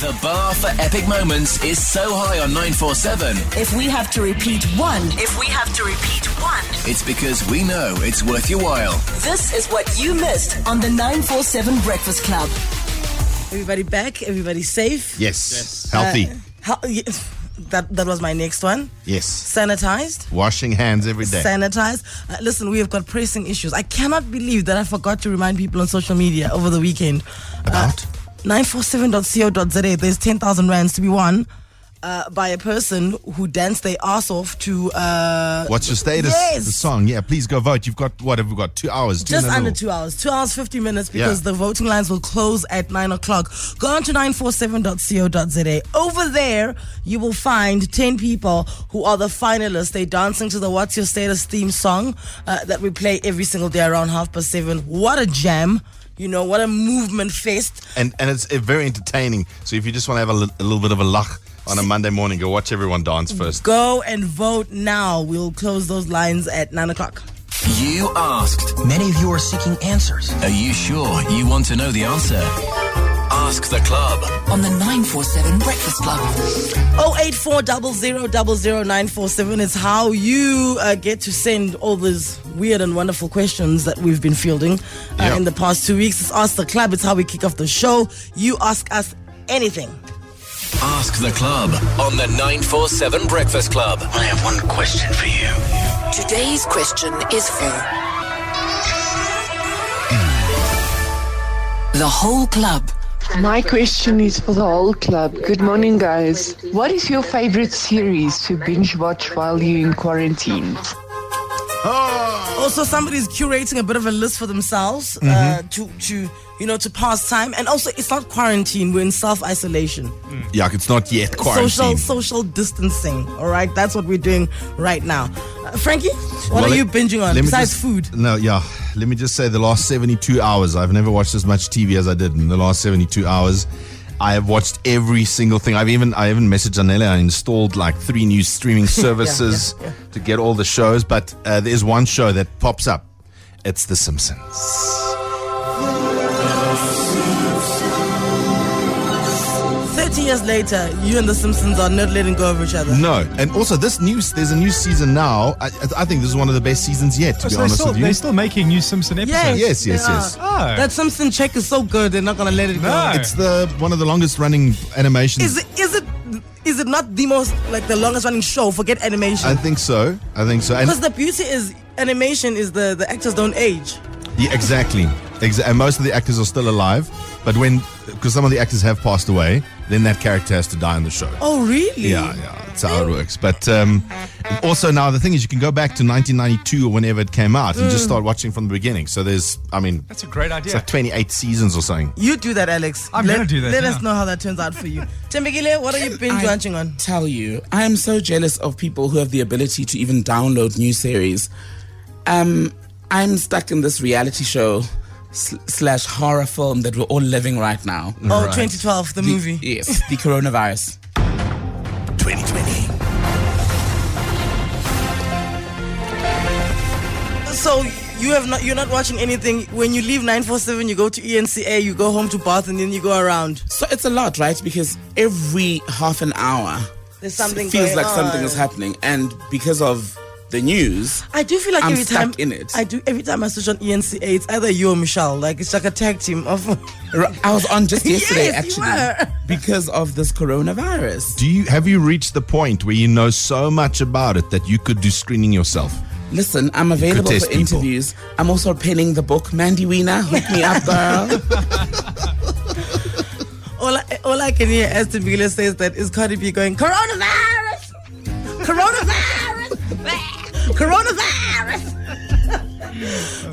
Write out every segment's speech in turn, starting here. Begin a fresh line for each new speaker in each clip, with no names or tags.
The bar for epic moments is so high on 947,
If we have to repeat one,
If we have to repeat one,
it's because we know it's worth your while.
this is what you missed on the 947 Breakfast Club. Everybody back, everybody safe.
Yes. Healthy.
Uh, how, yeah, that, that was my next one.
yes.
Sanitized.
Washing hands every day.
Sanitized. Uh, listen, we have got pressing issues. I cannot believe that I forgot to remind people on social media over the weekend. Uh,
About?
947.co.za. There's 10,000 rands to be won uh, by a person who danced their ass off to uh,
What's your status?
Yes.
The song. Yeah, please go vote. You've got, what have we got? Two hours. Two
just
and a
under
little.
two hours, two hours, 50 minutes, because
Yeah.
the voting lines will close at nine o'clock. Go on to 947.co.za. Over there, you will find 10 people who are the finalists. They're dancing to the What's Your Status theme song uh, that we play every single day around half past seven. What a jam! You know, what a movement fest.
And, and it's uh, very entertaining. So if you just want to have a li- a little bit of a lach on a Monday morning, go watch everyone dance
Mm.
first.
Go and vote now. We'll close those lines at nine o'clock.
You asked.
Many of you are seeking answers
Are you sure you want to know the answer? Ask the club.
on the 947 Breakfast Club.
08400947 is how you uh, get to send all these weird and wonderful questions that we've been fielding uh,
Yeah.
in the past two weeks. It's Ask the Club, it's how we kick off the show. You ask us anything.
Ask the club on the 947 Breakfast Club.
I have one question for you.
Today's question is for the whole club.
My question is for the whole club. Good morning, guys. What is your favorite series to binge watch while you're in quarantine?
Also, somebody's curating a bit of a list for themselves
Mm-hmm.
uh, to, to, you know, to pass time. And also, it's not quarantine, we're in self isolation.
Yuck, it's not yet quarantine.
Social social distancing, all right? That's what we're doing right now. Uh, Frankie, what
Well,
are
let-
you binging on
let me
besides
just-
food?
No, yeah. Let me just say the last 72 hours, I've never watched as much TV as I did in the last 72 hours. I have watched every single thing. I've even I even messaged Anela. I installed like three new streaming services to get all the shows. But uh, there's one show that pops up. It's The Simpsons.
Thirty years later, you and The Simpsons are not letting go of each other.
No, and also this news. There's a new season now. I, I think this is one of the best seasons yet. To be
they're,
honest
Oh, still,
with you,
they're still making new Simpson
Yes,
episodes.
Yes, yes,
they
yes.
are.
Oh.
That Simpson check is so good; they're not gonna let it go.
No.
it's the one of the longest running animations.
Is it? Is it? Is it not the most like the longest running show? Forget
I
animation,
think so. I think so. And
because the beauty is animation is the the actors don't age.
Yeah, exactly. Exa- and most of the actors are still alive, but when because some of the actors have passed away, then that character has to die in the show.
Oh really?
Yeah, yeah, that's how it works. But um, also now the thing is, you can go back to 1992 or whenever it came out and just start watching from the beginning. So there's, I mean,
That's a great
it's
idea.
like 28 seasons or something.
You do that, Alex.
I'm
let,
gonna do that,
Let us
yeah.
know how that turns out for you. Tembegile, what are you binge
I-
watching on?
tell you, I am so jealous of people who have the ability to even download new series. Um, I'm stuck in this reality show sl- slash horror film that we're all living right now.
Oh, 2012, the,
The-
movie.
Yes, the coronavirus.
2020.
So you have not you're not watching anything. When you leave 947, you go to E ENCA, you go home to Bath, and then you go around.
So it's a lot, right? Because every half an hour,
There's something
feels
going
like something
on.
is happening, and because of the news,
I do feel like
I'm
every
stuck
time
in it.
I do every time I switch on E ENCA, it's either you or Michelle. Like it's like a tag team of.
r- I was on just yesterday
Yes, you
actually
were.
because of this coronavirus.
Do you have you reached the point where you know so much about it that you could do screening yourself?
Listen, I'm available
test
for
people.
interviews. I'm also penning the book. Mandy Wiener, hook me up, girl.
all I, all I can hear as Tabila says that is Cardi B going coronavirus, coronavirus, coronavirus.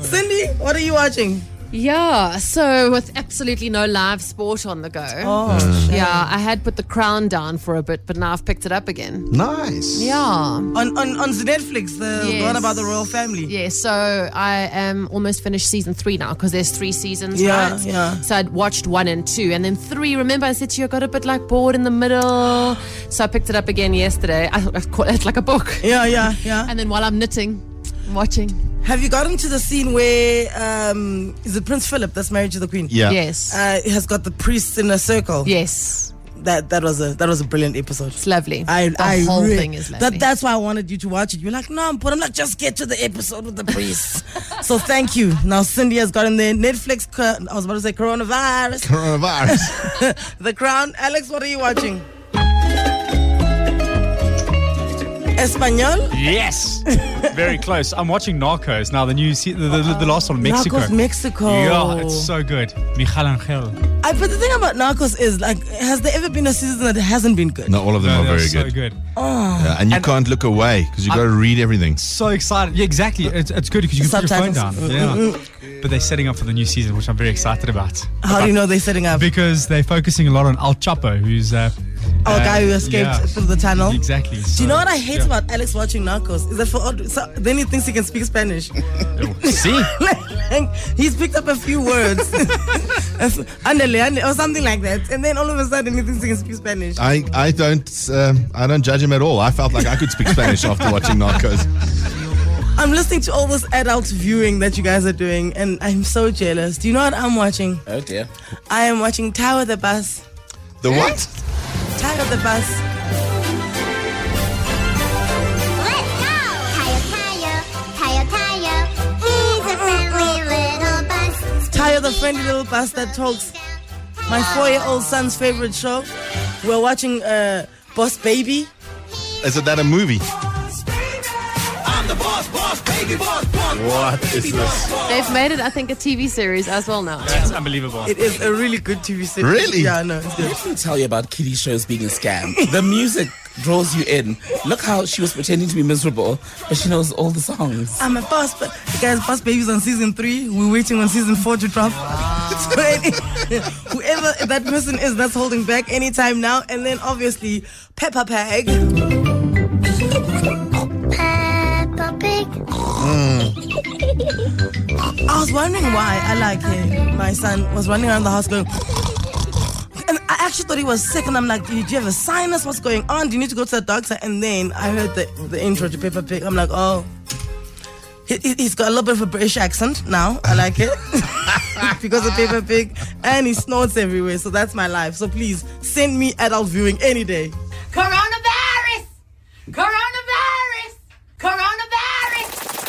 Cindy, what are you watching?
Yeah, so with absolutely no live sport on the go.
Oh,
Yeah, I had put the crown down for a bit, but now I've picked it up again.
Nice.
Yeah.
on on on Netflix, the
Yes.
one about the royal family.
Yeah, so I am almost finished season three now because there's three seasons.
Yeah,
right?
yeah.
So I'd watched one and two, and then three. Remember, I said to you, I got a bit like bored in the middle. So I picked it up again yesterday. I, I call it like a book.
Yeah, yeah, yeah.
And then while I'm knitting, I'm watching.
Have you gotten to the scene where um, is it Prince Philip that's married to the Queen?
Yeah.
Yes.
uh, has got the priests in a circle.
yes.
that that was a that was a brilliant episode.
It's lovely.
I,
the
I
whole
re-
thing is lovely.
that, that's why I wanted you to watch it. You're like, no, but I'm like, just get to the episode with the priest. so thank you. Now Cindy has gotten there. Netflix. cur- I was about to say coronavirus.
Coronavirus.
the Crown. Alex, what are you watching? Espanol.
Yes, very close. I'm watching Narcos now. The new, se- the, the, the last one, Mexico.
Narcos Mexico.
Yeah, it's so good. Michal Angel.
I, but the thing about Narcos is like, has there ever been a season that hasn't been good?
no, all of them
No,
are
they're
very
so
good.
good.
Yeah, and you can't look away because you got to read everything.
So excited. Yeah, exactly. It's, it's good because you can put
Subtitles.
your phone down. Yeah. But they're setting up for the new season, which I'm very excited about.
How do you know they're setting up?
Because they're focusing a lot on Al Chapo, who's uh,
Our
uh,
Oh, guy who escaped
yeah.
through the tunnel.
Exactly.
Do you know what I hate about Alex watching Narcos? Is that for all, so, then he thinks he can speak Spanish.
about? See,
like, he's picked up a few words, Andale, andale, or something like that, and then all of a sudden he thinks he can speak Spanish.
I, I don't um, I don't judge him at all. I felt like I could speak Spanish after watching Narcos.
I'm listening to all this adult viewing that you guys are doing, and I'm so jealous. Do you know what I'm watching?
Oh dear.
I am watching Tower the Bus.
The what?
Tower the Bus.
Let's go! Tayo, tayo, tayo, tayo. He's a friendly little bus.
Tayo, the friendly little bus that talks. My four-year-old son's favorite show. We're watching uh, Boss Baby.
Is it that a movie? What is this?
They've made it, I think, a TV series as well now.
that's unbelievable.
It is a really good TV series.
Really?
Yeah, no, it's good.
Let me tell you about kiddie shows being a scam. The music draws you in. Look how she was pretending to be miserable, but she knows all the songs.
I'm a boss, but guys, Boss Baby's on season three. We're waiting on season four to drop. so any, whoever that person is that's holding back anytime now, and then obviously Peppa Pig.
Peppa Pig.
I was wondering why I like him. My son was running around the house going. And I actually thought he was sick, and I'm like, "Do you have a sinus? What's going on? Do you need to go to the doctor?" And then I heard the, the intro to Peppa Pig. I'm like, "Oh, he, he- he's got a little bit of a British accent now. I like it because of Peppa Pig, and he snorts everywhere. So that's my life. So please send me adult viewing any day.
Coronavirus! Coronavirus! Coronavirus!